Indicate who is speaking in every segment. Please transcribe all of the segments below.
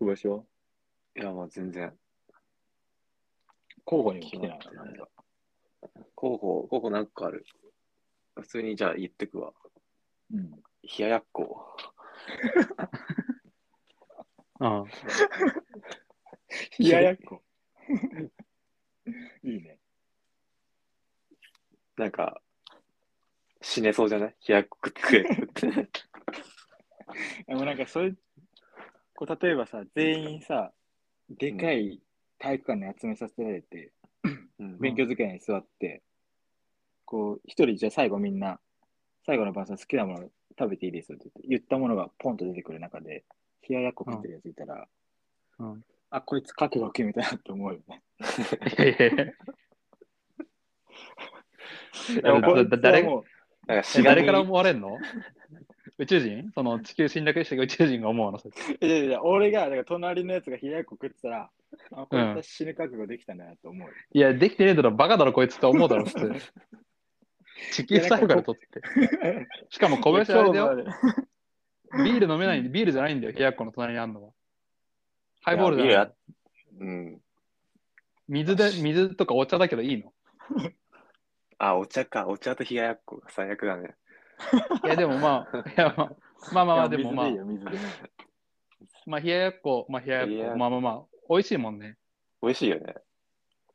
Speaker 1: ごしはい
Speaker 2: や、まあ全然。
Speaker 1: 候補にも来てない
Speaker 2: 来て
Speaker 1: な
Speaker 2: ない
Speaker 1: んか。
Speaker 2: 候補、候補なんかある。普通にじゃあ言ってくわ。
Speaker 1: うん。
Speaker 2: 冷ややっこ。
Speaker 3: あ
Speaker 1: 冷ややっこ。 いいね。
Speaker 2: なんか、死ねそうじゃない冷ややっこ食え って。
Speaker 1: でもなんかそういう、こう例えばさ、全員さ、でかい体育館に集めさせられて、
Speaker 2: うん
Speaker 1: 勉強机に座って、こう、一人じゃあ最後みんな、最後の晩餐好きなもの食べていいですよって言って、言ったものがポンと出てくる中で、冷ややっこ食ってるやついたら、
Speaker 3: うんうん
Speaker 1: あ、こいつ覚悟決めたなって思うよね。
Speaker 3: あ。いやいやいや。
Speaker 1: でもこいつはもう
Speaker 2: なん
Speaker 3: 誰
Speaker 2: か
Speaker 3: え
Speaker 2: 死
Speaker 3: 誰
Speaker 2: 神
Speaker 3: から思われんの宇宙人その地球侵略して宇宙人が思うのそれ
Speaker 1: いやいやいや、俺が、だから隣のやつが冷ややっこ食ってたら、あ、こいつは死ぬ覚悟できたんだなって思うよ。
Speaker 3: いや、できてねえだろ、バカだろ、こいつって思うだろ、普通。地球最後から取って。しかも小林あれだよ、
Speaker 1: 今日も
Speaker 3: ビール飲めない、ビールじゃないんだよ、冷やっこの隣にあるのは。ハイボール
Speaker 2: い
Speaker 3: じ
Speaker 2: や
Speaker 3: ゃ
Speaker 2: ビール
Speaker 3: ない
Speaker 2: あ。うん。
Speaker 3: 水で、水とかお茶だけどいいの。
Speaker 2: あ、お茶か。お茶と冷ややっこが最悪だね。
Speaker 3: いや、でもまあ、いやまあ、まあまあまあ、
Speaker 1: いや
Speaker 3: でもまあ
Speaker 1: 水、いいよ水でいいよ
Speaker 3: まあ、冷ややっこ、まあ、冷や
Speaker 2: 冷や
Speaker 3: や
Speaker 2: や
Speaker 3: っ
Speaker 2: っ
Speaker 3: こ、
Speaker 2: こ
Speaker 3: まあまあまあ、美味しいもんね。
Speaker 2: 美味しいよね。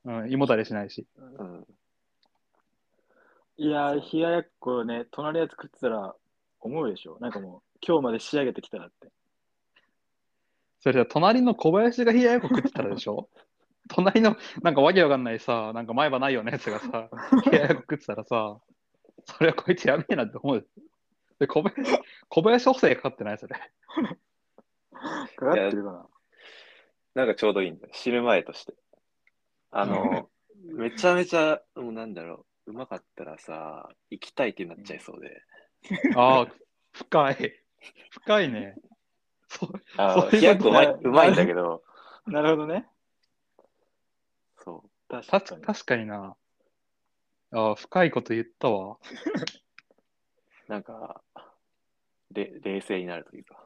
Speaker 3: うん、胃もたれしないし。
Speaker 2: うん。
Speaker 1: いやー、冷ややっこね、隣のやつ食ってたら思うでしょ。なんかもう、今日まで仕上げてきたらって。
Speaker 3: それじゃ隣の小林が冷ややっこ食ってたらでしょ隣の、なんかわけわかんないさ、なんか前歯ないようなやつがさ、冷ややっこ食ってたらさ、それはこいつやべえなって思うでしょ。で、小林、小林補正かかってないそれ。
Speaker 1: かかってるかな。
Speaker 2: なんかちょうどいいんだよ。知る前として。あ の、めちゃめちゃ、もうなんだろう。うまかったらさ、行きたいってなっちゃいそうで。
Speaker 3: ああ、深い。深いね。そう
Speaker 2: あの
Speaker 3: そう
Speaker 2: 冷
Speaker 3: いうこと
Speaker 2: ややっこうまい
Speaker 1: ね
Speaker 2: うまいんだけど、
Speaker 1: なるほどね。
Speaker 2: そう。
Speaker 1: 確
Speaker 3: た
Speaker 1: か
Speaker 3: し
Speaker 1: に。
Speaker 3: 確かにな。ああ、深いこと言ったわ。
Speaker 2: なんか、れ冷静になるというか。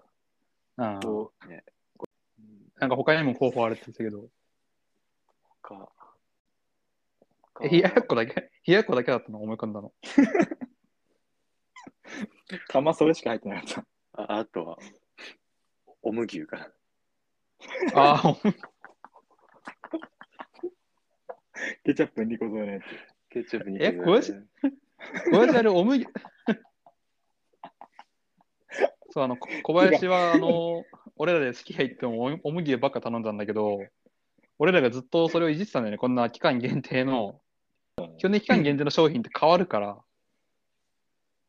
Speaker 3: うん、
Speaker 1: こう
Speaker 3: なんか他にも候補あるって言ってたけど、
Speaker 2: 他
Speaker 3: え冷ややっこだけ、冷ややっこだけだったの思い浮かんだの。
Speaker 1: 玉それしか入ってなかった。
Speaker 2: ああとは、おむ牛かな。
Speaker 3: ああ、
Speaker 1: ケチャップ2個添えのやつ。
Speaker 2: ケチャップに
Speaker 3: え小林小林あれおむぎ。そうあのこ小林はあの俺らで好きや行ってもおおむぎばっか頼んだんだけど俺らがずっとそれをいじってたんだよねこんな期間限定の基本的に期間限定の商品って変わるから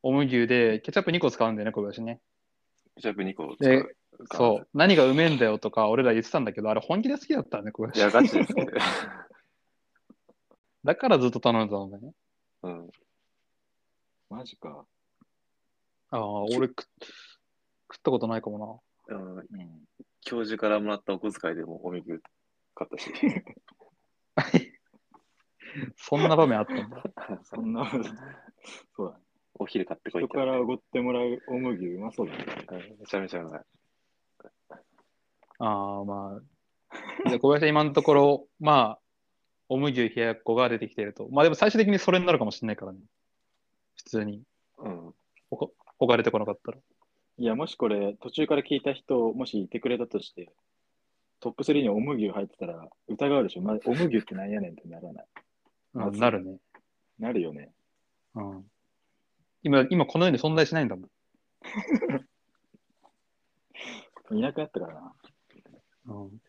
Speaker 3: おむぎでケチャップ2個使うんだよね小林ね
Speaker 2: ケチャップ2個
Speaker 3: でそう何がうめえんだよとか俺ら言ってたんだけどあれ本気で好きだったね小
Speaker 2: い
Speaker 3: 林
Speaker 2: や、ガチですね。
Speaker 3: だからずっと頼んでたんだよね
Speaker 2: うん。
Speaker 1: マジか。
Speaker 3: ああ俺食っ食ったことないかも
Speaker 2: うん
Speaker 1: うん。
Speaker 2: 教授からもらったお小遣いでもおみく買ったし。
Speaker 3: なそんな場面あったんだ
Speaker 1: そんな、そうだね。
Speaker 2: お昼買ってこいっ
Speaker 1: 人
Speaker 2: て、
Speaker 1: からおごってもらうお麦うまそうだね。
Speaker 2: うんめちゃめちゃうまい。
Speaker 3: ああ、まあ。じゃあ小林は今のところ、まあ、おむぎゅう冷ややっこが出てきていると。まあでも最終的にそれになるかもしれないからね。普通に。
Speaker 2: うん。
Speaker 3: 他出てこなかったら。
Speaker 1: いや、もしこれ、途中から聞いた人、もしいてくれたとして、トップ3にお麦入ってたら疑うでしょ。まお麦ってなんやねんってならない。
Speaker 3: うん
Speaker 1: まず
Speaker 3: なるね。
Speaker 1: なるよね。
Speaker 3: うん。今、今この世に存在しないんだもん。
Speaker 1: いなくなったからな。
Speaker 3: うん、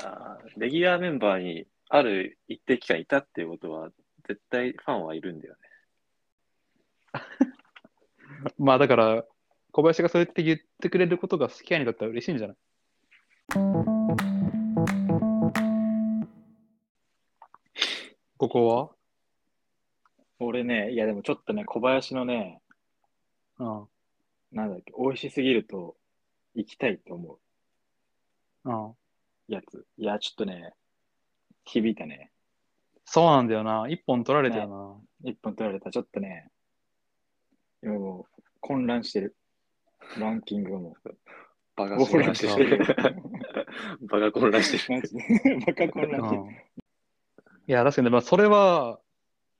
Speaker 2: あーレギュラーメンバーにある一定期間いたっていうことは、絶対ファンはいるんだよね。
Speaker 3: まあだから、小林がそうやって言ってくれることが好きやにだったら嬉しいんじゃないここ
Speaker 1: 俺ね、いやでもちょっとね、小林のね、
Speaker 3: は
Speaker 1: なんだっけ、美味しすぎると行きたいと思
Speaker 3: うん。うん。
Speaker 1: うやつ。いや、ちょっとね、響いたね。
Speaker 3: そうなんだよな。一本取られたよな。
Speaker 1: 一本取られた。ちょっとね、 今もう混乱してる。ランキングも。
Speaker 2: バカ
Speaker 1: ボー
Speaker 2: 混
Speaker 1: ラ
Speaker 2: 乱
Speaker 1: ン
Speaker 2: し
Speaker 1: して
Speaker 2: て
Speaker 1: る
Speaker 2: る。 バカ混乱してる。
Speaker 1: マジで。 バカ混乱して
Speaker 3: うんいや、確かに、まあ、それは、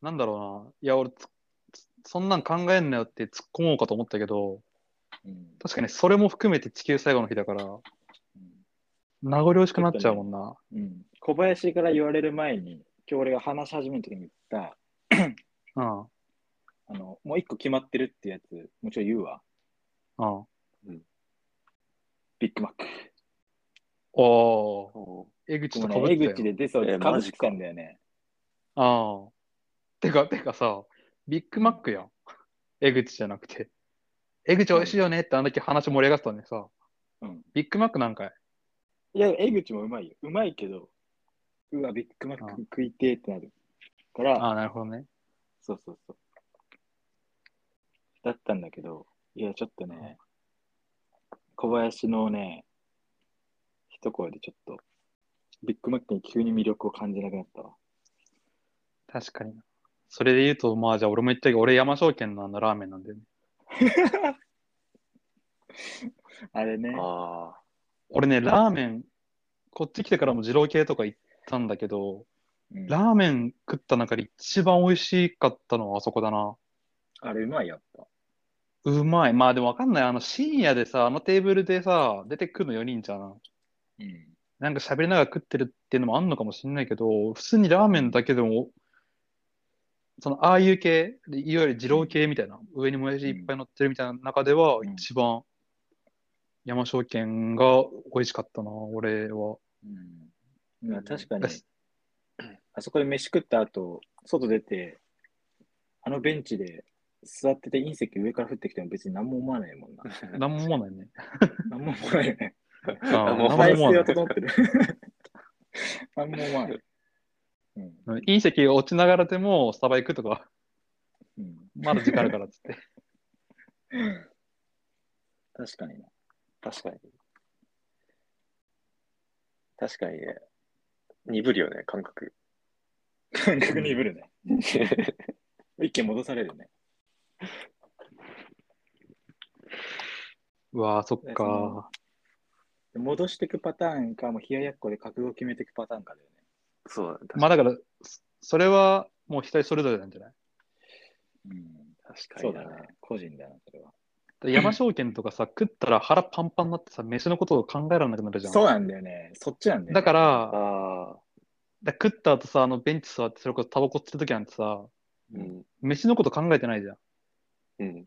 Speaker 3: なんだろうな。いや、俺つつそんなん考えんなよって突っ込もうかと思ったけど、
Speaker 1: うん
Speaker 3: 確かにそれも含めて地球最後の日だから、名残惜しくなっちゃうもんな。
Speaker 1: うん小林から言われる前に、今日俺が話し始めるときに言った、
Speaker 3: うん。
Speaker 1: あの、もう一個決まってるってやつ、もちろん言うわ。
Speaker 3: うん。
Speaker 1: ビッグマック。
Speaker 3: おー、
Speaker 2: お
Speaker 3: 江口
Speaker 1: もう
Speaker 3: とかぶ
Speaker 1: ね江
Speaker 3: っ、てた
Speaker 1: 口
Speaker 3: よ。
Speaker 1: で出そう
Speaker 2: え
Speaker 1: で
Speaker 2: ー
Speaker 1: かぶ
Speaker 2: マ
Speaker 1: っ
Speaker 2: ジ
Speaker 1: て
Speaker 2: か
Speaker 1: たんだよね。
Speaker 3: ああ。てか、てかさ、ビッグマックやん。江口じゃなくて。江口美味しいよねってあんだけ話盛り上がってたのにさ、
Speaker 1: うん
Speaker 3: ビッグマックなんかい
Speaker 1: いや、江口もうまいよ。うまいけど、うわ、ビッグマッ
Speaker 3: あ
Speaker 1: ク食いてーってなる。から、
Speaker 3: ああ、なるほどね。
Speaker 1: そうそうそう。だったんだけど、いや、ちょっとね、小林のね、一声でちょっと、ビッグマックに急に魅力を感じなくなったわ。
Speaker 3: 確かにな。それで言うと、まあじゃあ俺も言ったけど、俺山証券のあのラーメンなんだよね。
Speaker 1: あれね、
Speaker 2: あ
Speaker 3: 俺ね、ラーメン、こっち来てからも二郎系とか行ったんだけど、
Speaker 1: うん
Speaker 3: ラーメン食った中で一番美味しかったのはあそこだな。
Speaker 1: あれうまい、やっぱ。
Speaker 3: うまい。まあでもわかんない。あの深夜でさ、あのテーブルでさ、出てくるの4人じゃん。
Speaker 1: うん。
Speaker 3: なんか喋りながら食ってるっていうのもあんのかもしんないけど、普通にラーメンだけでも、そのああいう系、でいわゆる二郎系みたいな、上にもやしいっぱい乗ってるみたいな中では、
Speaker 1: うん
Speaker 3: 一番山椒軒が美味しかったな、俺は。
Speaker 1: うん、まあ確かに
Speaker 3: だし、
Speaker 1: あそこで飯食った後、外出て、あのベンチで座ってて隕石上から降ってきても別に何も思わないもんな。
Speaker 3: なんも思わないね。
Speaker 1: 何も思わないよね。
Speaker 3: あ
Speaker 2: あ。もう
Speaker 3: ーなんも
Speaker 1: 体
Speaker 3: 思
Speaker 1: 勢
Speaker 3: わな。
Speaker 1: はい整ってる。何も思わない。うん
Speaker 3: 隕石落ちながらでも、スタバ行くとか、
Speaker 1: うん、
Speaker 3: まだ時間あるからっつって。
Speaker 1: 確かにな。
Speaker 2: 確かに。確かにね。鈍るよね、感覚。
Speaker 1: 感覚鈍るね。一見戻されるね。
Speaker 3: うわあ、そっ
Speaker 1: そ
Speaker 3: か
Speaker 1: の。戻していくパターンか、もう冷ややっこで覚悟を決めていくパターンかだよ
Speaker 2: そうだね
Speaker 3: まあだから、そそれはもう人それぞれなんじゃない
Speaker 1: ね。
Speaker 2: 確
Speaker 1: うん、そ
Speaker 2: かに
Speaker 1: う
Speaker 2: な
Speaker 1: だね。個人だな、それは。
Speaker 3: で山証券とかさ、食ったら腹パンパンになってさ、飯のことを考えられなくなるじゃん。
Speaker 1: そうなんだよね。そっちなんだよ、ね。
Speaker 3: だから、
Speaker 2: ああ。
Speaker 3: だから食った後さ、あのベンチ座って、それこそタバコ吸ってる時なんてさ、
Speaker 2: うん。
Speaker 3: 飯のこと考えてないじゃん。
Speaker 2: うん。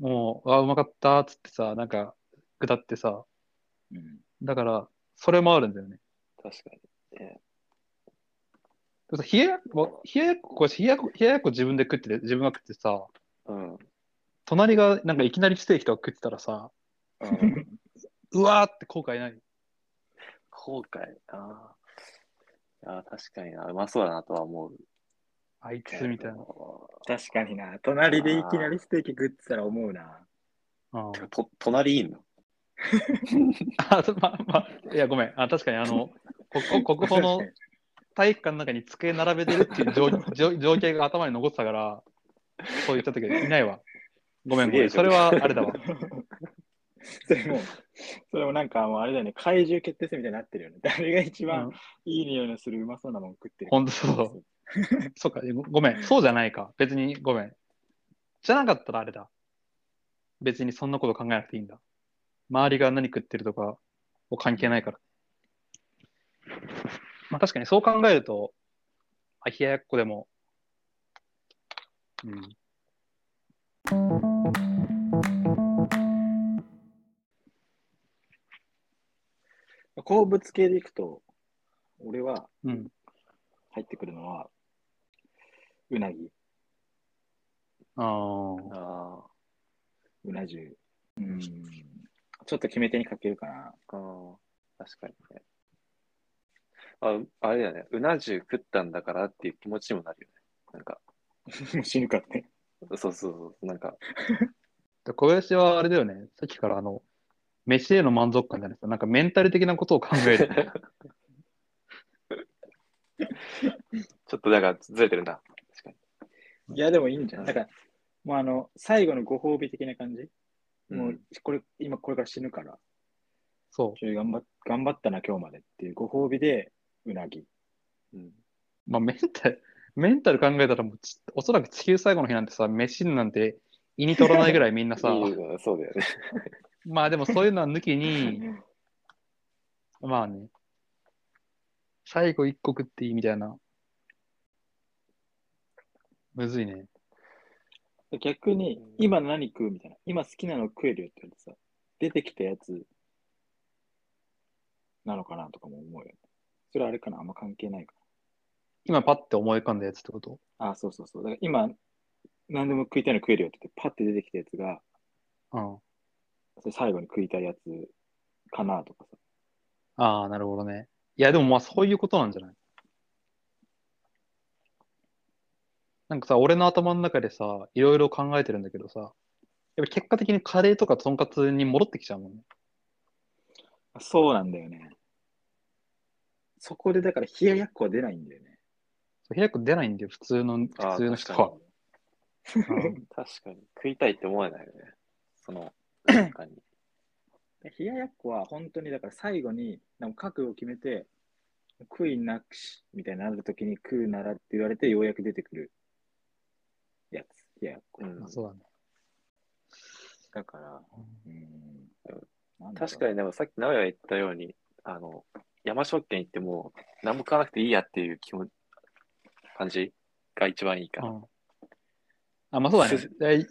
Speaker 1: うん。
Speaker 3: もう、あうまかったっつってさ、なんか、下ってさ、
Speaker 1: うん。
Speaker 3: だから、それもあるんだよね。
Speaker 2: 確かに。
Speaker 3: でもさ冷ややっこ、冷ややっこ、こう冷ややっこ冷ややっこ自分で食ってて、自分が食ってさ、
Speaker 2: うん。
Speaker 3: 隣がなんかいきなりステーキとか食ってたらさ、
Speaker 2: うん
Speaker 3: うわーって後悔ない。
Speaker 2: 後悔。ああ。ああ、確かにな。うまそうだなとは思う。
Speaker 3: あいつみたいな。
Speaker 1: 確かにな。隣でいきなりステーキ食ってたら思う な。
Speaker 3: うん
Speaker 2: てかと、隣いいの
Speaker 3: あ、そうまあまあ、いや、ごめん。あ、確かに、あの、国国宝の体育館の中に机並べてるっていう情情情景が頭に残ってたから、そう言った時いないわ。ごめん、ごめん。
Speaker 2: すげえ
Speaker 3: それはあれだわ。
Speaker 1: それも、それもなんかもうあれだよね。怪獣決定戦みたいになってるよね。 誰が一
Speaker 3: う
Speaker 1: 番
Speaker 3: ん
Speaker 1: いい匂いのするうまそうなもん食ってるか。
Speaker 3: ほんとそう。そうか、ごごめん。そうじゃないか。別に、ごめん。じゃなかったらあれだ。別にそんなこと考えなくていいんだ。周りが何食ってるとかを関係ないから。まあ確かにそう考えると、あ冷ややっこでも、うん。
Speaker 1: 鉱物系でいくと、俺は
Speaker 3: うん。
Speaker 1: 入ってくるのは、うなぎ、
Speaker 3: ああ。
Speaker 2: あ
Speaker 1: うな重。うん。ちょっと決め手にかけるかな。
Speaker 2: あ。うん。確かにね。あ、あれだよね。うな重食ったんだからっていう気持ちにもなるよね。なんか、
Speaker 1: もう死ぬかって。
Speaker 2: そうそうそう。なんか、
Speaker 3: で小林はあれだよね、さっきからあの、飯への満足感じゃないですか、なんかメンタル的なことを考える。
Speaker 2: ちょっとなんかずれてるな。確かに。
Speaker 1: いや、でもいいんじゃないだから、もうあの、最後のご褒美的な感じ。もう、これ、今これから死ぬから、
Speaker 3: そ
Speaker 1: ちょい頑張っ頑張ったな、今日までっていうご褒美で、うなぎ。
Speaker 2: うん。
Speaker 3: う。まあ、メンタル、メンタル考えたらもうち、おそらく地球最後の日なんてさ、飯なんて胃に取らないぐらいみんなさ、
Speaker 2: いいよそうだよね。
Speaker 3: まあでもそういうのは抜きに、まあね、最後一個食っていいみたいな。むずいね。
Speaker 1: 逆に、今何食うみたいな。今好きなの食えるよって言われてさ、出てきたやつなのかなとかも思うよね。それあれかなあんま関係ないか
Speaker 3: 今パッて思い浮かんだやつってこと
Speaker 1: な。あ、そうそうそう。だから今、何でも食いたいの食えるよって言って、パッて出てきたやつが、
Speaker 3: うん。
Speaker 1: それ最後に食いたいやつかなとかさ。
Speaker 3: ああ、なるほどね。いや、でもまあそういうことなんじゃないなんかさ、俺の頭の中でさ、いろいろ考えてるんだけどさ、やっぱ結果的にカレーとかとんかつに戻ってきちゃうもんね。
Speaker 1: そうなんだよね。そこでだから冷ややっこは出ないんだよね。
Speaker 3: そう開く出ないんだよ、普通の、
Speaker 2: あー
Speaker 3: 普通の人
Speaker 2: 確
Speaker 3: は
Speaker 2: か。
Speaker 3: うん
Speaker 2: に。確かに。食いたいって思えないよね。その、確かに。
Speaker 1: 冷ややっこは本当にだから最後になんか覚悟を決めて悔いなくしみたいになるときに食うならって言われてようやく出てくるやつ。冷ややっこ。
Speaker 2: うん
Speaker 3: まあ、そうだね。
Speaker 1: だから、うん。なんだろう
Speaker 2: 確かにでもさっき直哉が言ったように、あの、山食券行ってもう何も食わなくていいやっていう気持ち、感じが一番いいか
Speaker 3: う
Speaker 2: ら。
Speaker 3: ん。あ、まあそうだ
Speaker 2: す
Speaker 3: ね。え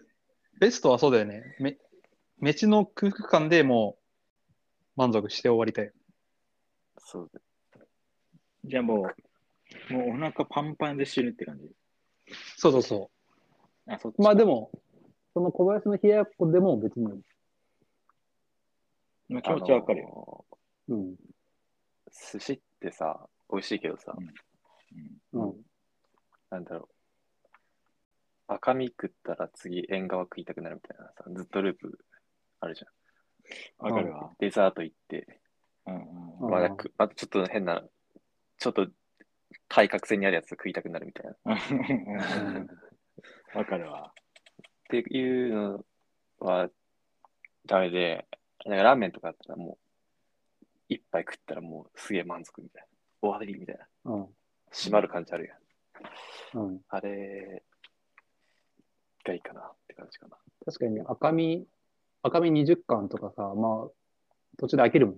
Speaker 3: ベストはそうだよね。め、飯の空腹感でもう満足して終わりたい。
Speaker 2: そうだ
Speaker 1: じゃあもう、もうお腹パンパンで死ぬって感じ。
Speaker 3: そうそうそ
Speaker 1: あ、そっち
Speaker 3: う。まあで
Speaker 1: も、
Speaker 3: も、その小林の冷ややっこでも別に、
Speaker 1: まあ、気持ちはわかるよ。
Speaker 2: よ。
Speaker 3: うん。
Speaker 2: 寿司ってさ、美味しいけどさ、
Speaker 1: うん
Speaker 3: うん。
Speaker 2: なんだろう。赤身食ったら次縁側食いたくなるみたいなさ、ずっとループあるじゃん。
Speaker 1: わかるわ。
Speaker 2: デザート行って、
Speaker 1: うん
Speaker 3: うん
Speaker 2: まあ、なんかあとちょっと変な、ちょっと対角線にあるやつ食いたくなるみたいな。
Speaker 1: うんうん。わかるわ。
Speaker 2: っていうのはダメで、なんかラーメンとかだったらもう、一杯食ったらもうすげえ満足みたいな。終わりみたいな。
Speaker 3: うん。
Speaker 2: 締まる感じあるやん。
Speaker 3: うん。
Speaker 2: あれがいいかなって感じかな。
Speaker 3: 確かに赤身、赤身20巻とかさ、まあ、途中で飽きるもん。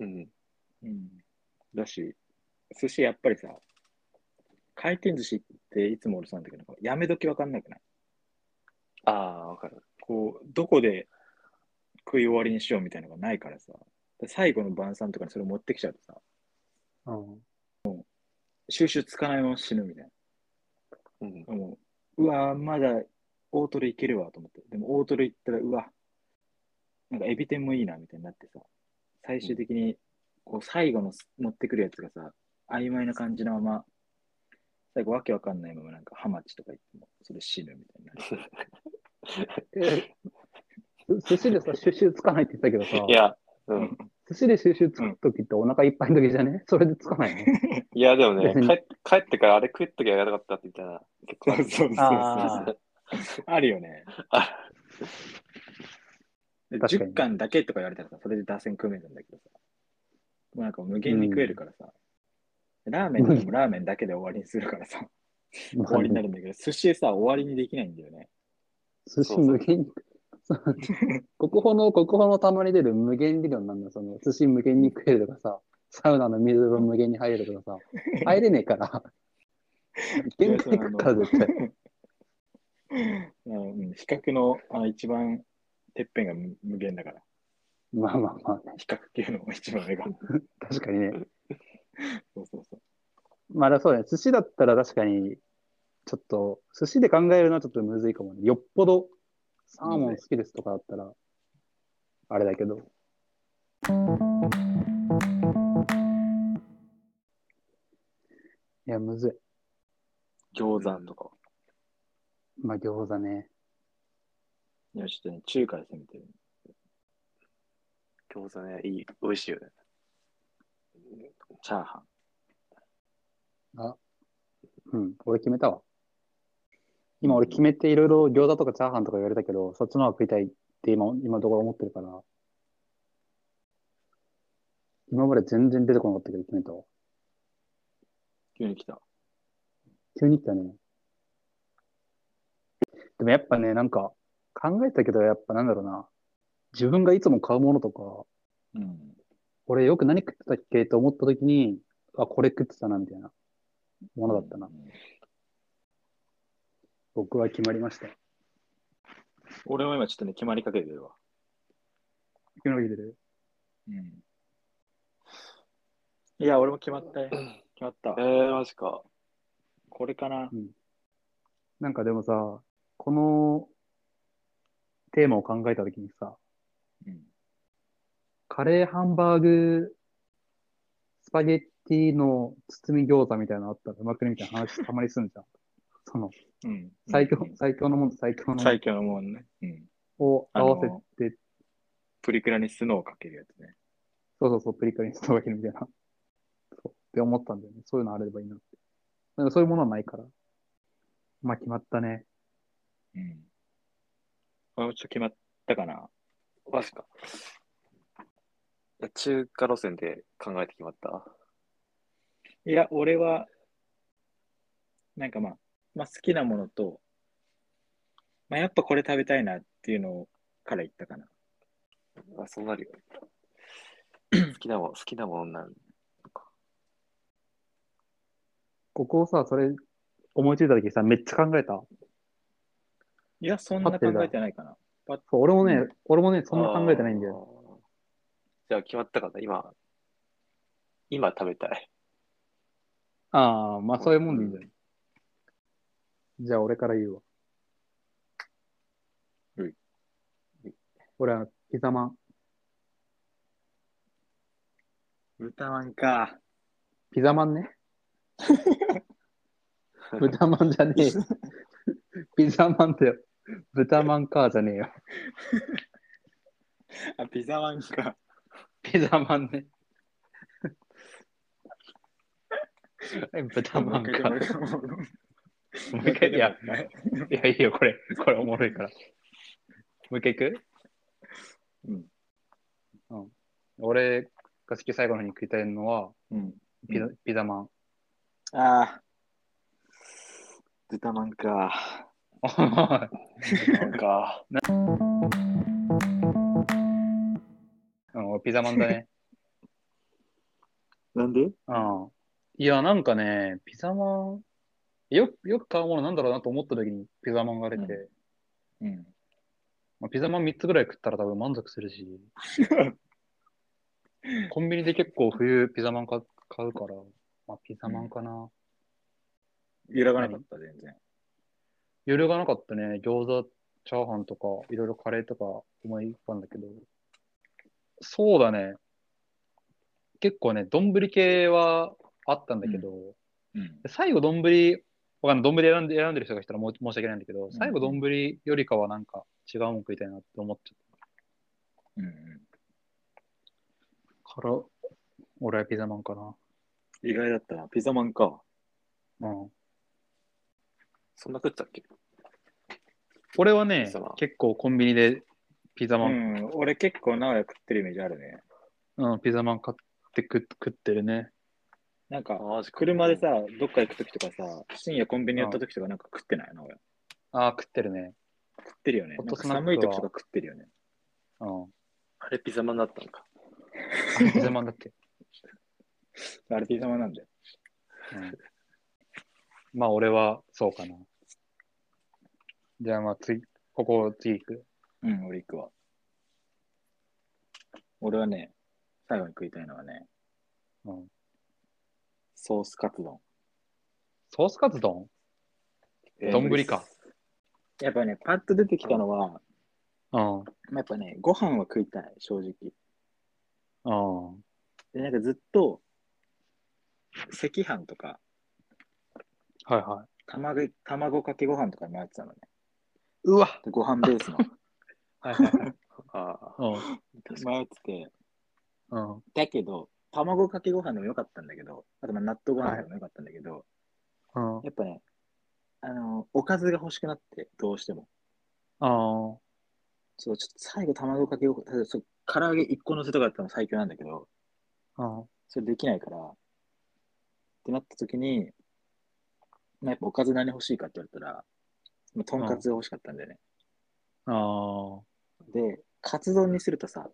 Speaker 2: うん。
Speaker 1: うん。だし、寿司やっぱりさ、回転寿司っていつも俺そうなんだけど、やめ時わかんなくない
Speaker 2: ああ、わかる。
Speaker 1: こう、どこで食い終わりにしようみたいなのがないからさ、で最後の晩餐とかにそれ持ってきちゃうとさ、
Speaker 3: うん。
Speaker 1: 収集つかないまま死ぬみたい
Speaker 2: うん。
Speaker 1: な。もう、うわーまだ大トロいけるわと思って。でも大トロ行ったら、うわ、なんかエビ天もいいなみたいになってさ、最終的に、こう、最後のす持ってくるやつがさ、曖昧な感じのまま、最後わけわかんないままなんかハマチとか言っても、それ死ぬみたいになる。
Speaker 3: え、寿司でさ、収集つかないって言ったけどさ
Speaker 2: い、や、うん。
Speaker 3: 寿司で収集つくときってお腹いっぱいのときじゃねそれでつかないの
Speaker 2: いや、でもね、
Speaker 3: 別に
Speaker 2: 帰帰ってからあれ食っときゃやらなかったみたいな。結構あ る
Speaker 1: そうそう
Speaker 3: あ
Speaker 1: そう。あるよね。
Speaker 2: あ
Speaker 1: で
Speaker 3: 確かに
Speaker 1: 10巻だけとか言われたらさ、それで打線組めるんだけどさ。もうなんか無限に食えるからさ。ラーメンでもラーメンだけで終わりにするから さ。
Speaker 3: ま あ
Speaker 1: 終わりになるんだけど、寿司でさ、終わりにできないんだよね。
Speaker 3: 寿司無限に。そう国宝の、国宝のたまに出る無限理論なんだよ。その、寿司無限に食えるとかさ、サウナの水風呂無限に入れるとかさ、入れねえから。限界行くから絶対。
Speaker 1: あのうん、比較のあの一番てっぺんが無無限だから。
Speaker 3: まあまあま
Speaker 1: 比較級の一番上が。
Speaker 3: あ、確かにね。
Speaker 1: そうそうそう。
Speaker 3: まあだからそうだね、寿司だったら確かに、ちょっと、寿司で考えるのはちょっとむずいかもね。よっぽど、サーモン好きですとかだったら、あれだけど。いや、むず
Speaker 1: 餃子とか。
Speaker 3: い。まあ、餃子ね。
Speaker 1: いや、ちょっとね、中華で攻めてる。
Speaker 2: 餃子ね、いい、美味しいよね。
Speaker 1: チャーハン。
Speaker 3: うん、俺決めたわ。今俺決めていろいろ餃子とかチャーハンとか言われたけど、そっちの方が食いたいって今、今のところ思ってるから、今まで全然出てこなかったけど、決めたわ。
Speaker 1: 急に来た。
Speaker 3: 急に来たね。でもやっぱね、なんか、考えたけど、やっぱなんだろうな。自分がいつも買うものとか、
Speaker 1: うん。
Speaker 3: 俺よく何食ってたっけと思った時に、あ、これ食ってたな、みたいなものだったな。
Speaker 1: うん
Speaker 3: 僕は決まりました。
Speaker 1: 俺も今ちょっとね、決まりかけてるわ。
Speaker 3: 決まり出てる
Speaker 1: うん。いや、俺も決まったよ。決まった
Speaker 2: え。ー、マジか。
Speaker 1: これかな。
Speaker 3: なんかでもさ、このテーマを考えた時にさ、
Speaker 1: うん。
Speaker 3: カレー、ハンバーグ、スパゲッティの包み餃子みたいなのあったらうまくねみたいな話たまにすんじゃん。 その、
Speaker 1: うん、
Speaker 3: 最強
Speaker 1: う、ん
Speaker 3: 最強のものと最強のもの
Speaker 1: 最強のもんね。うん。
Speaker 3: を合わせて、
Speaker 1: プリクラにスノーをかけるやつね。
Speaker 3: そうそうそう、プリカリに届けるみたいな。そう。って思ったんだよね。そういうのあればいいなって。なんかそういうものはないから。まあ決まったね。
Speaker 1: うん。俺もちょっと決まったかな。
Speaker 2: マジか。いや中華路線で考えて決まった。
Speaker 1: いや、俺は、なんかまあ、まあ好きなものと、まあやっぱこれ食べたいなっていうのから言ったかな。
Speaker 2: あ、そう なるよ。好きなもん、好きなものなん。
Speaker 3: ここをさ、それ思いついた時さ、めっちゃ考えた。
Speaker 1: いや、そんな考えてないかな。
Speaker 3: そう、俺もね、
Speaker 1: うん
Speaker 3: 俺もね、そんな考えてないんだよ。
Speaker 2: よ。じゃあ決まったかな今、今食べたい。
Speaker 3: ああ、まあそういうもんでいいんじゃない、じゃあ俺から言うわ。
Speaker 1: うい
Speaker 3: 俺は、ピザマン。
Speaker 1: 豚まんか。
Speaker 3: ピザマンね。豚まんじゃ ねえよ。ピザマンだよ。豚まんかじゃねえよ。
Speaker 1: あ、ピザまんか。
Speaker 3: ピザマ ンね。 豚まんか。
Speaker 1: もう一回もう
Speaker 3: もう
Speaker 1: 一
Speaker 3: 一
Speaker 1: 回
Speaker 3: 回いや、いや、いいよ、これ、これおもろいから。もう一回いく
Speaker 1: うん。
Speaker 3: うん。俺が好き最後のに食いたいのは、
Speaker 1: うん。
Speaker 3: ピザ、ピザマン。
Speaker 1: ああ。豚まんか。
Speaker 2: なんか、
Speaker 3: うん、俺ピザマンだ ね。
Speaker 1: なんで
Speaker 3: うん。いや、なんかね、ピザマン、よく、よく買うものなんだろうなと思った時にピザマンが出て、
Speaker 1: ううん。
Speaker 3: まあ、ピザマン3つぐらい食ったら多分満足する し、コンビニで結構冬ピザマンか買うから、まあ、ピザマンかな。
Speaker 1: 揺らがなかった、全然。
Speaker 3: 揺るがなかったね。餃子、チャーハンとか、いろいろカレーとか思い浮かんだけど。そうだね。結構ね、丼系はあったんだけど、
Speaker 1: うん。
Speaker 3: 最後丼、わかんない、丼選んで選んでる人がいたらもう申し訳ないんだけど、最後丼よりかはなんか違うもん食いたいなって思っちゃ
Speaker 1: うん
Speaker 3: ったから、俺はピザマンかな。
Speaker 1: うん、意外だったな。ピザマンか。
Speaker 3: うん。
Speaker 2: そんな食ったっけ
Speaker 3: 俺はね
Speaker 2: ピザマン、
Speaker 3: 結構コンビニでピザ
Speaker 1: う
Speaker 3: マン、
Speaker 1: ん。俺結構長く食ってるイメージあるね。
Speaker 3: うん、ピザマン買って食食ってるね。
Speaker 1: なんか
Speaker 2: あ、マジか
Speaker 1: 車でさ、どっか行くときとかさ、深夜コンビニ寄ったときとかなんか食ってないな、俺。
Speaker 3: ああ、食ってるね。
Speaker 1: 食ってるよね。な
Speaker 3: ホ
Speaker 1: ん
Speaker 3: ット
Speaker 1: か
Speaker 3: スナック
Speaker 1: 寒
Speaker 3: は
Speaker 1: いときとか食ってるよね。
Speaker 3: うん。
Speaker 2: あれピザマンだったのか。
Speaker 3: あピザマンだっけ
Speaker 1: あれピザマンなんだよ。
Speaker 3: うんまあ俺はそうかな。じゃあまあ次、ここ次行く。
Speaker 1: うん、俺行くわ。俺はね、最後に食いたいのはね、
Speaker 3: うん、
Speaker 1: ソースカツ丼。
Speaker 3: ソースカツ丼
Speaker 2: えー
Speaker 3: 丼か。
Speaker 1: やっぱね、パッと出てきたのは、
Speaker 3: うん。うん。
Speaker 1: やっぱね、ご飯は食いたい、正直。
Speaker 3: あ
Speaker 1: で、なんかずっと、赤飯とか、
Speaker 3: あ。はいはい。
Speaker 1: 卵卵かけご飯とかに迷ってたのね。
Speaker 3: うわ
Speaker 1: でご飯ベースの。
Speaker 3: はいはいはい。
Speaker 2: あ
Speaker 1: 迷ってて。
Speaker 3: うん。うん。
Speaker 1: だけど、卵かけご飯でもよかったんだけど、あとまあ納豆ご飯でもよかったんだけど、
Speaker 3: うん。
Speaker 1: やっぱね、あの、おかずが欲しくなって、どうしても。
Speaker 3: ああ。
Speaker 1: そう、ちょっと最後卵かけご飯、例えばそう唐揚げ1個のせとかだったら最強なんだけど、
Speaker 3: うん。
Speaker 1: それできないから、ってなった時に、まあ、やっぱおかず何欲しいかって言われたら、まあ、とんかつが欲しかったんだよね。
Speaker 3: あ
Speaker 1: で、カツ丼にするとさ、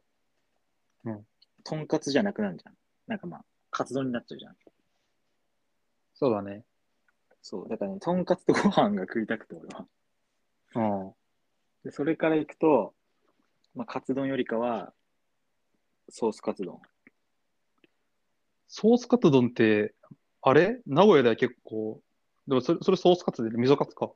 Speaker 3: うん
Speaker 1: とんかつじゃなくなるじゃん。なんかまあ、カツ丼になっちゃうじゃん。
Speaker 3: そうだね。
Speaker 1: そう、だからね、とんかつとご飯が食いたくて、俺は。
Speaker 3: うん。
Speaker 1: で、それから行くと、まあ、カツ丼よりかは、ソースカツ丼。
Speaker 3: ソースカツ丼って、あれ名古屋では結構、でもそれ、それソースカツで、味噌カツか。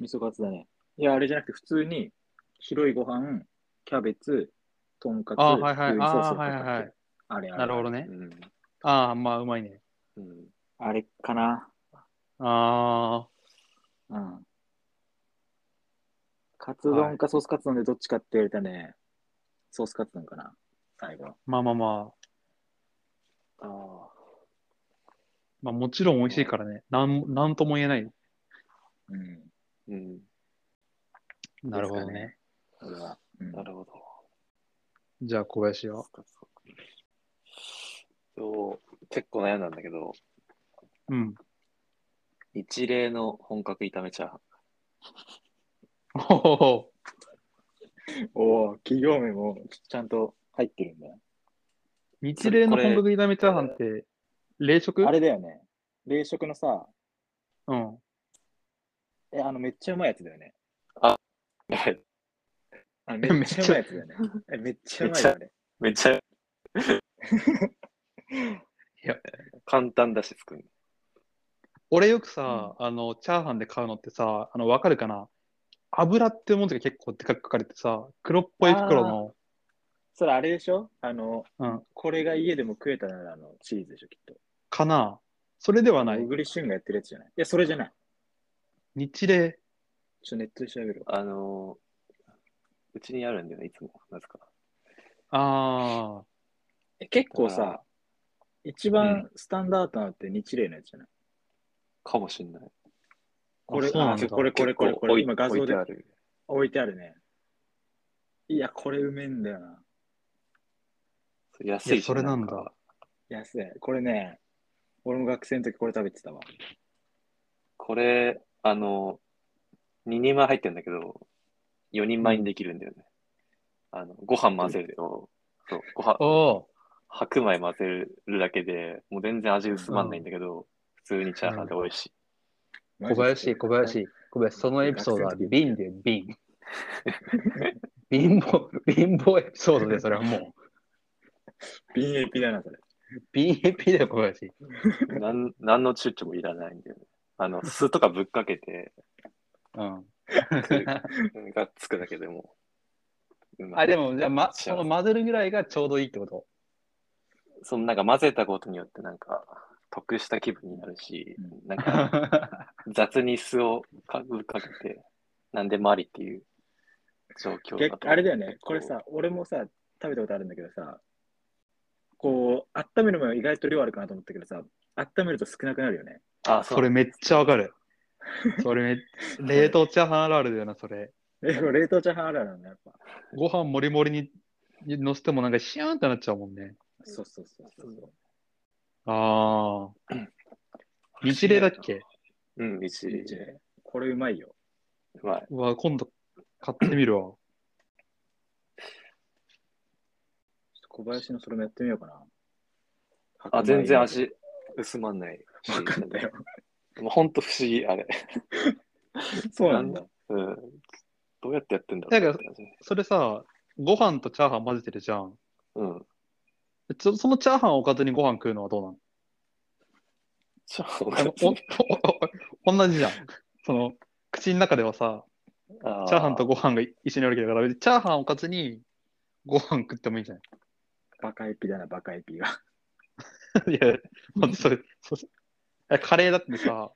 Speaker 1: 味噌カツだね。いや、あれじゃなくて、普通に、白いご飯、キャベツ、とんかつ、
Speaker 3: あーはいはい
Speaker 1: 上にソースを
Speaker 3: あー
Speaker 1: か
Speaker 3: はいは
Speaker 1: かっ
Speaker 3: いは
Speaker 1: てあれあれ。
Speaker 3: なるほどね。
Speaker 2: うん。
Speaker 3: ああ、まあ、うまいね。
Speaker 2: うん。
Speaker 1: あれかな。
Speaker 3: あ
Speaker 1: うん。カツ丼かソースカツ丼でどっちかって言われたらね、ソースカツ丼かな。最後。
Speaker 3: あ、まあまあま
Speaker 1: あ
Speaker 3: あ、
Speaker 1: あ。
Speaker 3: まあもちろん美味しいからね。なん、なんとも言えない。
Speaker 1: うん。
Speaker 2: うん。
Speaker 3: なるほ
Speaker 1: です
Speaker 3: ど
Speaker 1: か
Speaker 3: ね。
Speaker 1: 俺は。うん
Speaker 2: なるほど。
Speaker 3: じゃあ、小林は。
Speaker 2: そう、結構悩んだんだけど、
Speaker 3: うん。
Speaker 2: 一例の本格炒めチャーハン。
Speaker 3: ほほほ。
Speaker 1: おお、企業名もちゃんと入ってるんだな。
Speaker 3: 日例の本格炒めチャーハンって、冷食
Speaker 1: あれだよね。冷食のさ、
Speaker 3: うん。
Speaker 1: え、あの、めっちゃうまいやつだよね。あめ
Speaker 3: え
Speaker 1: っちゃうまいやつだ よね。え、めっちゃうまいよね。
Speaker 2: めっちゃい
Speaker 3: や、
Speaker 2: 簡単だし作る。
Speaker 3: 俺よくさ、あの、チャーハンで買うのってさ、あの、わかるかな油っていうものが結構でかく書かれてさ、黒っぽい袋の、
Speaker 1: それあれでしょあの、
Speaker 3: うん
Speaker 1: これが家でも食えたならあのチーズでしょ、きっと。
Speaker 3: かなそれではない
Speaker 1: 小。栗旬がやってるやつじゃない。いや、それじゃない。
Speaker 3: 日例。
Speaker 1: ちょっとネットで調べるわ。
Speaker 2: あのーうちにあるんだよね、いつも。なぜか。
Speaker 3: ああ、
Speaker 1: え結構さ、一番スタンダードなのって日例のやつじゃない。
Speaker 2: かもしんない。
Speaker 1: これ、
Speaker 3: そうな
Speaker 1: あ、
Speaker 3: んだ
Speaker 1: ちょこれ、これ、これ、これ、今画像で
Speaker 2: 置いてある。
Speaker 1: 置いてあるね。いや、これうめえんだよな。
Speaker 2: そう安いし
Speaker 3: いやそれなんだ
Speaker 2: か
Speaker 1: 安い。これね、俺も学生の時これ食べてたわ。
Speaker 2: これ、あの、2人前入ってるんだけど、4人前にできるんだよね。あの、ご飯混ぜると、そう、ご飯、
Speaker 3: おお
Speaker 2: 白米混ぜるだけで、もう全然味薄まんないんだけど、普通にチャーハンで美味しい。
Speaker 1: マ
Speaker 3: ー、
Speaker 1: ジで
Speaker 3: 小林、小林、小林、そのエピソードは瓶で、瓶。貧乏、貧乏エピソードで、それは もう。
Speaker 1: 瓶エピだな、それ。
Speaker 3: 瓶エピだよ、小林。
Speaker 2: なん、なんの躊躇もいらないんだよね。あの、酢とかぶっかけて、
Speaker 3: うん。
Speaker 2: うんがっつくだけでもうまい。
Speaker 3: あ、でも、じゃあ、ま、
Speaker 2: 幸せ
Speaker 3: その混ぜるぐらいがちょうどいいってこと
Speaker 2: そのなんか混ぜたことによってなんか、得した気分になるし、
Speaker 1: う
Speaker 2: なんか雑に酢をかぶっかけて、なんでもありっていう状況だ
Speaker 1: 逆
Speaker 2: と
Speaker 1: あれだよね、これさ、俺もさ、食べたことあるんだけどさ、こう、温める前は意外と量あるかなと思ったけどさ、温めると少なくなるよね。
Speaker 2: あ、そう
Speaker 3: それめっちゃわかる。それめ、冷凍チャーハンあるあるだよな、それ。
Speaker 1: え、これ冷凍チャーハンあるあるなんだ、やっぱ。
Speaker 3: ご飯もりもりに乗せてもなんかシャーンってなっちゃうもんね。
Speaker 1: そうそうそうそう。
Speaker 3: ああ。日例だっけ
Speaker 2: うん、一
Speaker 1: いい
Speaker 2: 日。
Speaker 1: ねこれうまいよ。
Speaker 2: うまい。
Speaker 3: うわ、今度買ってみるわ。
Speaker 1: ちょっと小林のそれもやってみようかな。
Speaker 2: あ、全然。味薄まんないし。
Speaker 1: わかんないよ。
Speaker 2: もうほんと不思議、あれ。
Speaker 1: そうなんだ。
Speaker 2: うん。どうやってやってんだろうって感じ。
Speaker 3: それさ、ご飯とチャーハン混ぜてるじゃん。
Speaker 2: うん。
Speaker 3: そそのチャーハンをおかずにご飯食うのはどうなの
Speaker 2: ちょっとお
Speaker 3: あ
Speaker 2: か
Speaker 3: の
Speaker 2: しい
Speaker 3: おお同じじゃん。その、口の中ではさ、
Speaker 2: あ
Speaker 3: チャーハンとご飯が一緒にあるわけだから、別にチャーハンおかずにご飯食ってもいいんじゃな
Speaker 1: バカエピだな、バカエピが。
Speaker 3: いいや、ほんとそれ、そうえカレーだってさ、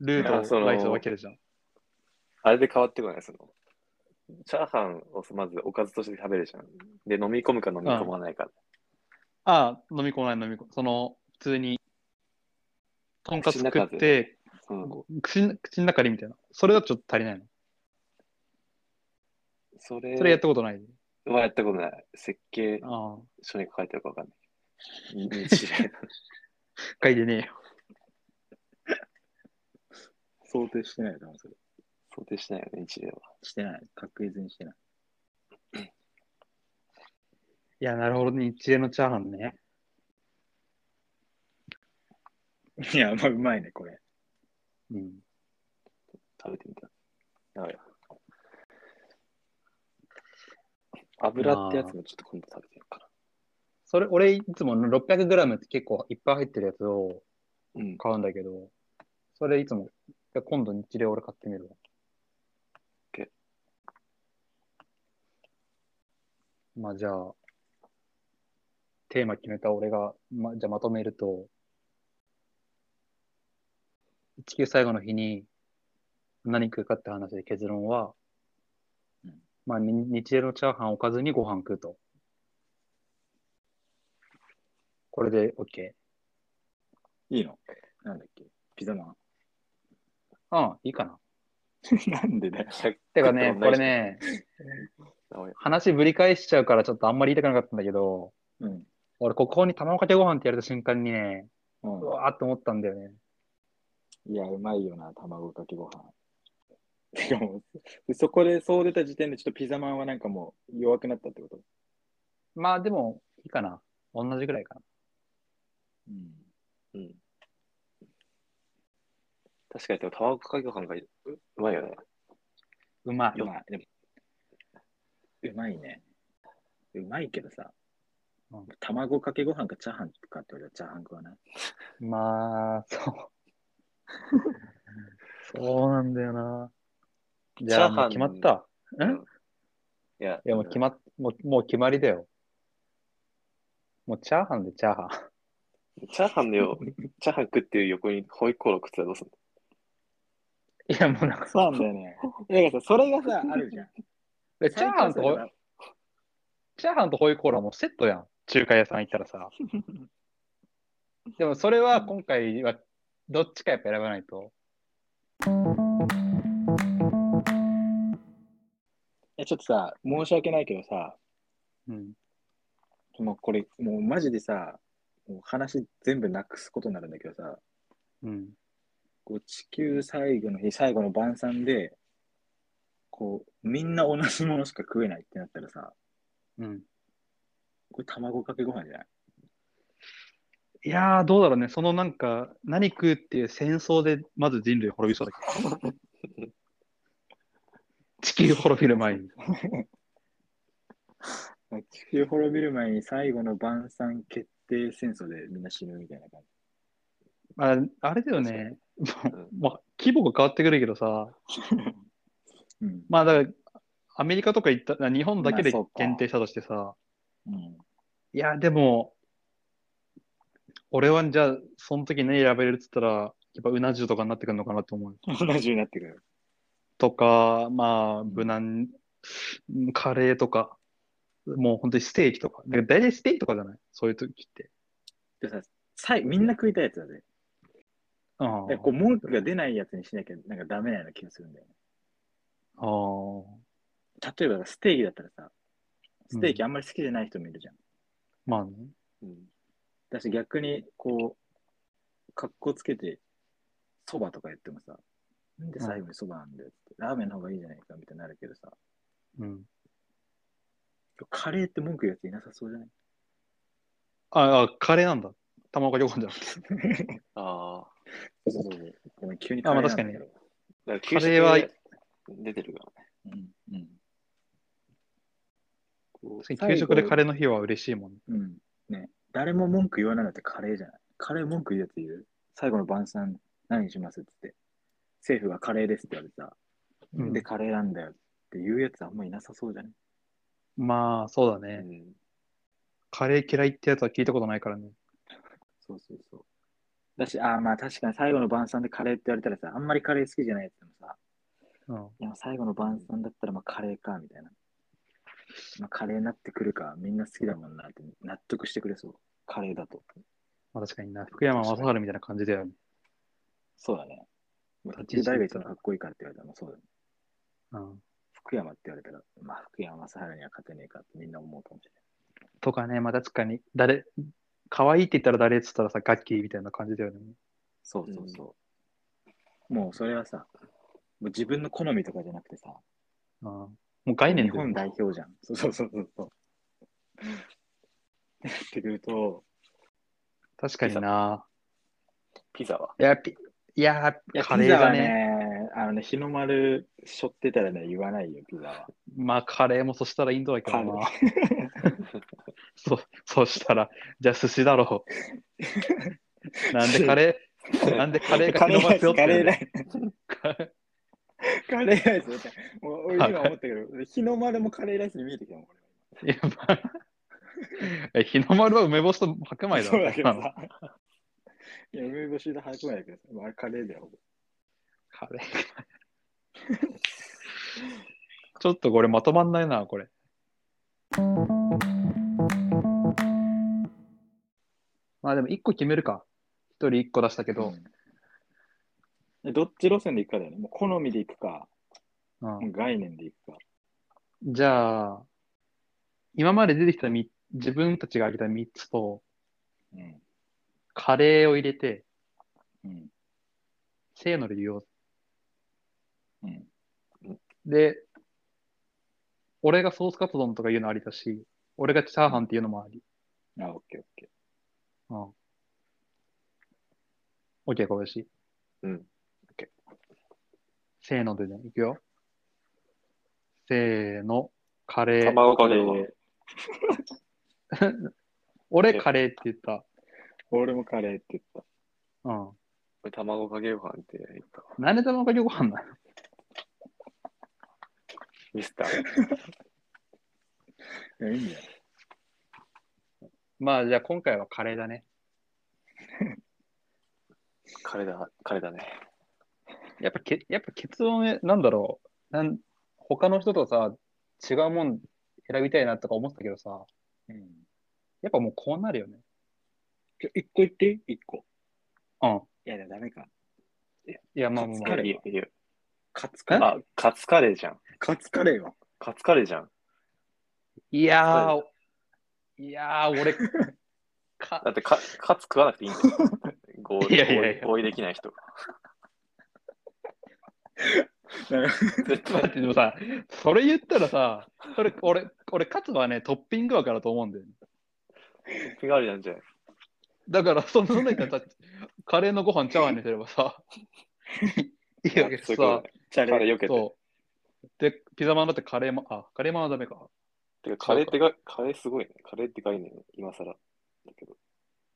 Speaker 3: ル
Speaker 2: い
Speaker 3: ー
Speaker 2: や
Speaker 3: と
Speaker 2: その
Speaker 3: ライスを分けるじゃん。
Speaker 2: あれで変わってこない、その。チャーハンをまずおかずとして食べるじゃん。で、飲み込むか飲み込まないか。
Speaker 3: ああ、飲み込まない飲み込む。その、普通に、とんかつ
Speaker 2: 口の中
Speaker 3: 食
Speaker 2: で
Speaker 3: って、
Speaker 2: うん。
Speaker 3: 口の口の中でみたいな。それはちょっと足りないの。
Speaker 2: それ
Speaker 3: それやったことない。
Speaker 2: はやったことない。設計
Speaker 3: ああ。
Speaker 2: 書に書いてあるかわかんない。日例。
Speaker 3: 書いてねえよ。
Speaker 1: 想定してないよ、多分それ。
Speaker 2: 想定してないよね、日例は。
Speaker 1: してない。確実にしてない。
Speaker 3: いや、なるほど、日英のチャーハンね。
Speaker 1: いや、まあ、うまいね、これ。
Speaker 3: うん。
Speaker 2: 食べてみた。やばい油ってやつもちょっと今度食べてみようか
Speaker 3: それ、俺、いつも 600g って結構いっぱい入ってるやつを
Speaker 2: な。うん。
Speaker 3: 買うんだけど、それいつも、いや今度日例俺買ってみるわ。
Speaker 2: OK
Speaker 3: まあじゃあ、テーマ決めた俺が、ま、じゃあまとめると、地球最後の日に何食うかって話で結論は、
Speaker 1: うん
Speaker 3: まあに日例のチャーハンおかずにご飯食うと。これで OK。
Speaker 1: いいのなんだっけピザマン。
Speaker 3: うん、いいかな。
Speaker 1: なんでだよ。
Speaker 3: て
Speaker 2: 食
Speaker 3: かね、
Speaker 2: っても
Speaker 3: こ
Speaker 2: ない
Speaker 3: れ
Speaker 2: し
Speaker 3: ね、
Speaker 2: 名古屋
Speaker 3: 話ぶり返しちゃうからちょっとあんまり言いたくなかったんだけど、
Speaker 1: うん。
Speaker 3: 俺、ここに卵かけご飯ってやれた瞬間にね、う
Speaker 1: う
Speaker 3: わーって思ったんだよね。
Speaker 1: ん、いや、うまいよな、卵かけご飯。てかもう、そこでそう出た時点でちょっとピザマンはなんかもう弱くなったってこと
Speaker 3: まあでも、いいかな。同じぐらいかな。
Speaker 1: うん。
Speaker 2: うん。確かに、でも卵かけご飯がううまいよね。
Speaker 3: うまい。
Speaker 1: まあ、でも、うまいね。うまいけどさ
Speaker 3: うん、
Speaker 1: 卵かけご飯かチャーハンかって俺はチャーハン食わない。
Speaker 3: まあ、 そう。そうなんだよな。じゃあ、
Speaker 2: チャーハン
Speaker 3: もう決まった。ん
Speaker 2: うんいや、
Speaker 3: いや、もう決まっ、もう、もう決まりだよ。もうチャーハンでチャーハン。
Speaker 2: チャーハンのよ、チャーハン食ってる横にホイコーロー食ってたらどうすんの
Speaker 3: いや、もうなんか、
Speaker 1: そうなんだよね。だからさ、それがさ、あるじゃん。
Speaker 3: チャーハンとホイチャーハンとホイコーローはもうセットやん。中華屋さん行ったらさ。でもそれは今回はどっちかやっぱ選ばないと。
Speaker 1: え、ちょっとさ、申し訳ないけどさ、
Speaker 3: うん。
Speaker 1: もうこれ、もうマジでさ、もう話全部なくすことになるんだけどさ、
Speaker 3: うん。
Speaker 1: こう地球最後の日、最後の晩餐で、こう、みんな同じものしか食えないってなったらさ、
Speaker 3: うん。
Speaker 1: これ卵かけご飯じゃない
Speaker 3: いやー、どうだろうね。そのなんか、何食うっていう戦争でまず人類滅びそうだけど。地球滅びる前に。
Speaker 1: 地球滅びる前に最後の晩餐決定戦争でみんな死ぬみたいな感
Speaker 3: ああれだよね。
Speaker 2: う
Speaker 3: まあ、規模が変わってくるけどさ。
Speaker 1: じ。うん。
Speaker 3: まあ、だから、アメリカとか行った、日本だけで
Speaker 1: まあそうか
Speaker 3: 限定したとしてさ。
Speaker 1: うん、
Speaker 3: いや、でも、俺はじゃあ、その時ね、選べるっつったら、やっぱうな重とかになってくるのかなと思う。
Speaker 1: 同じになってくる。
Speaker 3: とか、まあ、無難、うんカレーとか、もう本当にステーキとか。だから大体ステーキとかじゃないそういう時って。
Speaker 1: でさ、さいみんな食いたいやつだぜ。
Speaker 3: あ
Speaker 1: だからこう文句が出ないやつにしなきゃなんかダメなような気がするんだよね。
Speaker 3: あ
Speaker 1: 例
Speaker 3: ー。
Speaker 1: えばステーキだったらさ、ステーキあんまり好きじゃない人もいるじゃん。
Speaker 3: まあね。
Speaker 2: ん
Speaker 1: だし逆にこう、格好つけて、そばとか言ってもさ、なんで最後にそばなんだよって、ラーメンの方がいいじゃないかみたいになるけどさ、
Speaker 3: うん。
Speaker 1: カレーって文句言うやついなさそうじゃない
Speaker 3: ああ、カレーなんだ。卵かけご飯じゃなくて。
Speaker 2: ああ。
Speaker 1: そうそうそう ごめん急に
Speaker 3: あまあ
Speaker 1: カレーなんだけど
Speaker 2: だから
Speaker 3: カレーは
Speaker 2: 給食で出てるからね。
Speaker 1: うんうんこう
Speaker 3: 確かに給食でカ
Speaker 1: レ
Speaker 3: レーの日は嬉しいもんね。
Speaker 1: ー。うん。ね。誰も文句言わないのってカレーじゃない。カレー文句言うやついる。最後の晩餐何にしますって言って。政府がカレーですって言われてさ。
Speaker 3: うん
Speaker 1: で、カレーなんだよって言うやつあんまいなさそうじゃない
Speaker 3: まあ、そうだ
Speaker 2: う
Speaker 3: ね。
Speaker 2: ん。
Speaker 3: カレー嫌いってやつは聞いたことないからね。
Speaker 1: そうそうそう。だし、ああまあ確かに最後の晩餐でカレーって言われたらさ、あんまりカレー好きじゃないやつでもさ、
Speaker 3: うん。
Speaker 1: いや最後の晩餐だったらまあカレーかみたいな。まあカレーになってくるか、みんな好きだもんなって納得してくれそう。カレーだと。
Speaker 3: まあ確かにな。福山雅治みたいな感じだよね。
Speaker 1: そうだね。まあ、途
Speaker 3: 立
Speaker 1: 中
Speaker 3: ち位置
Speaker 1: 誰が一番かっこいいかって言われたら、まあそうだね。
Speaker 3: うん。
Speaker 1: 福山って言われたら、まあ福山雅治には勝てねえかってみんな思うかもし
Speaker 3: とかね、まあ確かに、誰、可愛いって言ったら誰って言ったらさ、ガッキーみたいな感じだよね。
Speaker 1: そうそうそう。もうそれはさ、もう自分の好みとかじゃなくてさ、
Speaker 3: ああもう概念
Speaker 1: 日
Speaker 3: だよ
Speaker 1: 本代表じゃん。そうそうそうそうそう。ってなってくると、
Speaker 3: 確かにな。
Speaker 2: ピザはい
Speaker 3: や、ピいや
Speaker 1: いや
Speaker 3: カレーがね
Speaker 1: ピザはね、あのね、日の丸しょってたらね、言わないよ、ピザは。
Speaker 3: まあカレーもそしたらインドだけどな
Speaker 1: カ。
Speaker 3: そそしたら、じゃあ寿司だろう。なんでカレー、なんでカレーが
Speaker 1: カレ
Speaker 3: 広
Speaker 1: ーラ
Speaker 3: まっ
Speaker 1: イ
Speaker 3: てよ
Speaker 1: ス、
Speaker 3: っ
Speaker 1: カ
Speaker 3: て
Speaker 1: レーラ
Speaker 3: んだよ。
Speaker 1: イス、カレーライスみたいな。もう俺今思ったけど、日の丸もカレーライスに見えてきたもん、俺
Speaker 3: いやまあえ日の丸は梅干しと白米だろ
Speaker 1: そうだけどさ。いや、梅干しで早くないだけどさ、まあ、あれカレーだよ。
Speaker 3: カレー。ちょっとこれまとまんないな、これ。まあでも1個決めるか。1人1個出したけど。
Speaker 1: でどっち路線で行くかだよね。もう好みで行くか、
Speaker 3: うん
Speaker 1: もう概念で行くか。
Speaker 3: じゃあ、今まで出てきたみ自分たちが挙げた3つと、
Speaker 1: うん。
Speaker 3: カレーを入れて、
Speaker 1: うん。
Speaker 3: せーので言おう。
Speaker 1: うん。
Speaker 3: で、俺がソースカツ丼とか言うのありだし、俺がチャーハンっていうのもあり。
Speaker 1: あ、オッケーオッケ
Speaker 3: うん。OK、小林。
Speaker 2: うん。
Speaker 3: せーのでね、いくよ。せーの、カレー。
Speaker 2: 卵
Speaker 1: ー。
Speaker 2: かけご飯
Speaker 1: で
Speaker 3: 俺、カレーって言った。
Speaker 1: 俺もカレーって言っ
Speaker 3: うん。
Speaker 2: 俺卵かけご飯って言った。
Speaker 3: 何で卵かけご飯なの
Speaker 2: ミスター。
Speaker 1: た。いや、いいんだよ。
Speaker 3: まあ、じゃあ今回はカレーだね。
Speaker 2: 彼だ、彼だね。
Speaker 3: やっぱけ、やっぱ結論、えなんだろう。なん、他の人とさ、違うもん選びたいなとか思ってたけどさ、
Speaker 1: うん。今
Speaker 3: やっぱもうこうなるよね。
Speaker 1: 日一個言っていい一個。
Speaker 3: うん。
Speaker 1: いや、ダメか。
Speaker 3: いや、まあまあ
Speaker 1: カ
Speaker 3: まあ
Speaker 1: ツ。レー
Speaker 2: いいいいよ
Speaker 1: カツカレー。
Speaker 2: あ、カツカレーじゃん。
Speaker 1: カツカレーは。
Speaker 2: カツカレーじゃん。
Speaker 3: いやー、いやー、俺、か
Speaker 2: だ、ってカカツ食わなくていいんだよ。 合意
Speaker 3: いやいやいや
Speaker 2: 合意できない人。絶
Speaker 3: 待っ
Speaker 2: 対。
Speaker 3: て、でもさ、それ言ったらさ、それ、俺、俺、カツはね、トッピング枠だと思うんだよね。
Speaker 2: ピガールなんじゃない
Speaker 3: だから、その中でさ、カレーのご飯チャーハンにすればさ、いいわけ
Speaker 2: そ
Speaker 3: さ、
Speaker 2: ういうこと
Speaker 3: そ
Speaker 2: ねチャレー避けて。
Speaker 3: う。で、ピザマンだってカレーマン、あ、カレーマンはダメか。
Speaker 2: てか、カレーってが、カレーすごいね。カレーって概念、今更。だけど、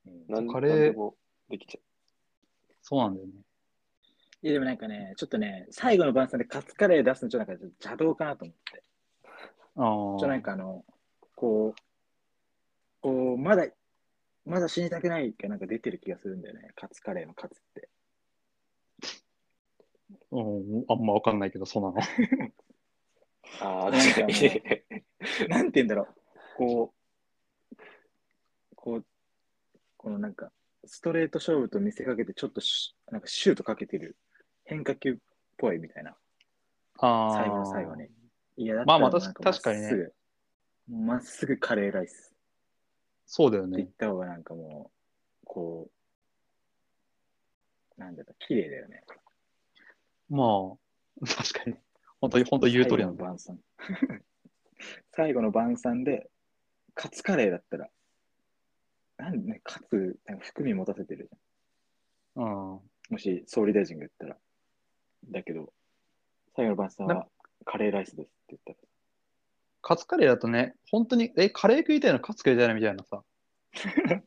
Speaker 1: うん
Speaker 2: なん
Speaker 3: カレー
Speaker 2: なんでもできちゃ
Speaker 3: そうなんだよね。
Speaker 1: いやでもなんかね、ちょっとね、最後の晩餐でカツカレー出すのちょっとなんかちょっと邪道かなと思って。
Speaker 3: あ
Speaker 1: ちょっとなん
Speaker 3: ー
Speaker 1: かあの、こう、こう、まだ、まだ死にたくないがなんか出てる気がするんだよね。カツカレーのカツって。
Speaker 3: うん、あんまわかんないけど、そうなの。
Speaker 2: う。あ
Speaker 1: な
Speaker 2: あ、
Speaker 1: んか
Speaker 2: 確か
Speaker 1: もう
Speaker 2: に。
Speaker 1: なんて言うんだ ろう。こう、こう、このなんか、ストレート勝負と見せかけて、ちょっとしなんかシュートかけてる。変化球っぽいみたいな。
Speaker 3: あー
Speaker 1: 最後の最後に。いや、だ
Speaker 3: まあまあ
Speaker 1: ったらなん
Speaker 3: 確かにね
Speaker 1: まっすぐまっすぐカレーライス。
Speaker 3: そうだよ
Speaker 1: って言
Speaker 3: ね
Speaker 1: っ。た方がなんかもう、こう、なんだろう、綺麗だよね。
Speaker 3: まあ、確かに。本当に、本当言う通りなん
Speaker 1: 最後
Speaker 3: だ。
Speaker 1: の晩餐。最後の晩餐で、カツカレーだったら、なんでね、カツ、なんか含み持たせてるじ
Speaker 3: うん。
Speaker 1: ゃん。もし総理大臣が言ったら。だけど、最後の晩餐はカレーライスですって言っ
Speaker 3: カツカレーだとね、本当に、え、カレー食いたいのカツ食いたいのみたいなさ、
Speaker 1: たら。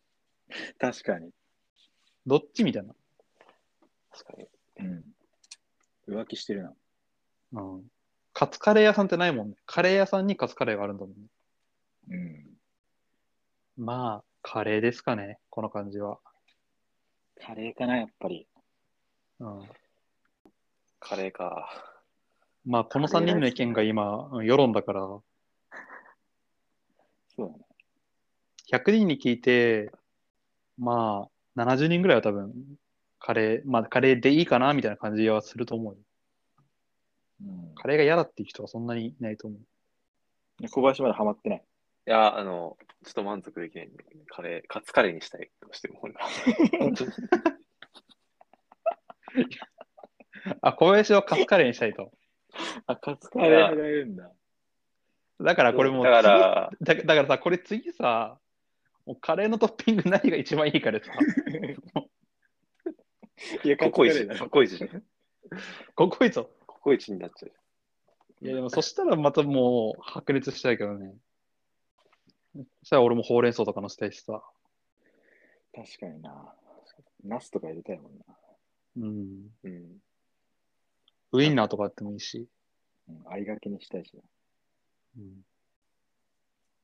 Speaker 1: 確かに。
Speaker 3: どっちみたいな。
Speaker 2: 確かに。
Speaker 1: うん。浮気してるな。
Speaker 3: うん。カツカレー屋さんってないもんね。カレー屋さんにカツカレーがあるんだもんね。
Speaker 1: うん。
Speaker 3: まあ、カレーですかね、この感じは。
Speaker 1: カレーかな、やっぱり。
Speaker 3: うん。
Speaker 2: カレーか。
Speaker 3: まあ、この3人の意見が今、うん世論だから、
Speaker 1: そうだね。
Speaker 3: 100人に聞いて、まあ、70人ぐらいは多分、カレー、まあ、カレーでいいかな、みたいな感じはすると思うよ。
Speaker 1: うん
Speaker 3: カレーが嫌だっていう人はそんなにいないと思う。
Speaker 1: 小林まだハマってない。
Speaker 2: いや、あの、ちょっと満足できないんで、カレー、カツカレーにしたい、どうしても俺は。
Speaker 3: あ、小林はカツカレーにしたいと。
Speaker 1: あ、カツカレーがいるんだ。
Speaker 3: だから これもう
Speaker 2: だから、
Speaker 3: だだからさ、これ次さ、もうカレーのトッピング何が一番いいか でさ、
Speaker 1: いや、
Speaker 2: ココイ
Speaker 1: カツ
Speaker 2: チ、
Speaker 1: カレーだ
Speaker 2: コ
Speaker 1: ろ
Speaker 2: コイチ、
Speaker 3: ここいぞ。
Speaker 2: ココイチになっちゃう。
Speaker 3: いや、でもそしたらまたもう白熱しちゃうけどね。そしたら俺もほうれん草とかのせたいしさ。
Speaker 1: 確かにな。ナスとか入れたいもんな。
Speaker 3: うん。
Speaker 2: うん。
Speaker 3: ウインナーとかあってもいいし。
Speaker 1: うん、合いがけにしたいしな。
Speaker 3: うん、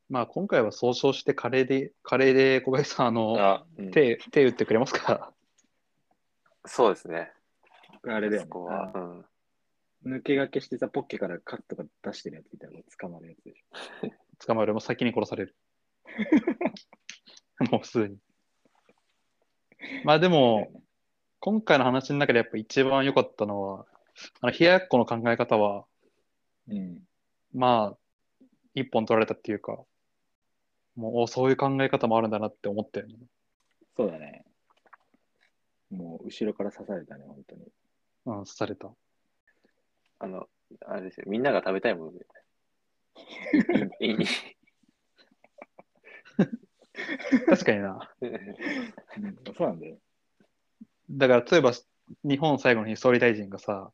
Speaker 3: まあ今回は総称してカレーで、カレーで小林さん、あの、
Speaker 2: あ、うん、
Speaker 3: 手、手打ってくれますか
Speaker 2: そうですね。
Speaker 1: 僕あれだよ、
Speaker 2: そ
Speaker 1: ね
Speaker 2: こは。うん。
Speaker 1: あの抜け駆けしてさ、ポッケからカットが出してるやつみたいなの捕まるやつでし
Speaker 3: 捕まるよりも先に殺される。 もうすでに。まあで
Speaker 1: ょ。
Speaker 3: も、今回の話の中でやっぱ一番良かったのは、あの、冷ややっこの考え方は、
Speaker 1: うん。
Speaker 3: まあ、一本取られたっていうか、もうお、そういう考え方もあるんだなって思ったよね。
Speaker 1: そうだね。もう、後ろから刺されたね、本当に。
Speaker 3: うん、刺された。
Speaker 2: あの、あれですよ。みんなが食べたいもので。 いいいい
Speaker 3: 確かにな。
Speaker 1: うん、そうなんだよ。
Speaker 3: だから、例えば、日本最後の日、総理大臣がさ、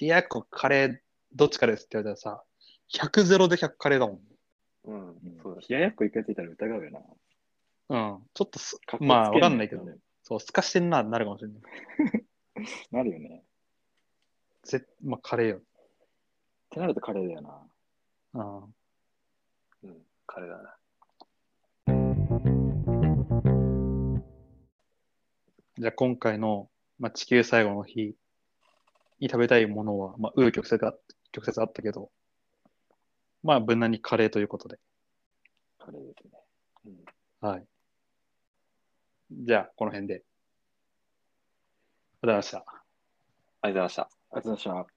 Speaker 3: 冷ややっこ、カレー、どっちかですって言われたらさ、100ゼロで100カレーだもん。
Speaker 2: うん
Speaker 1: うん、
Speaker 2: そうだ
Speaker 1: 冷ややっこ一回ついたら疑うよな。
Speaker 3: うん。ちょっとす
Speaker 1: かっこつ、け
Speaker 3: まあ、わかんないけど
Speaker 1: な、
Speaker 3: そう、すかしてんな、なるかもしれない。
Speaker 1: なるよね。
Speaker 3: ぜまあ、カレーよ。
Speaker 1: ってなるとカレーだよな。
Speaker 3: うん。
Speaker 2: うん、彼だな。
Speaker 3: じゃあ、今回の、まあ、地球最後の日に食べたいものは、まあ、う曲折あ、曲折あったけど、まあ、無難にカレーということで。
Speaker 1: カレーですね。
Speaker 2: うん
Speaker 3: はい。じゃあ、この辺で。ありがとうございました。
Speaker 2: ありがとうございました。
Speaker 1: ありがとうございました。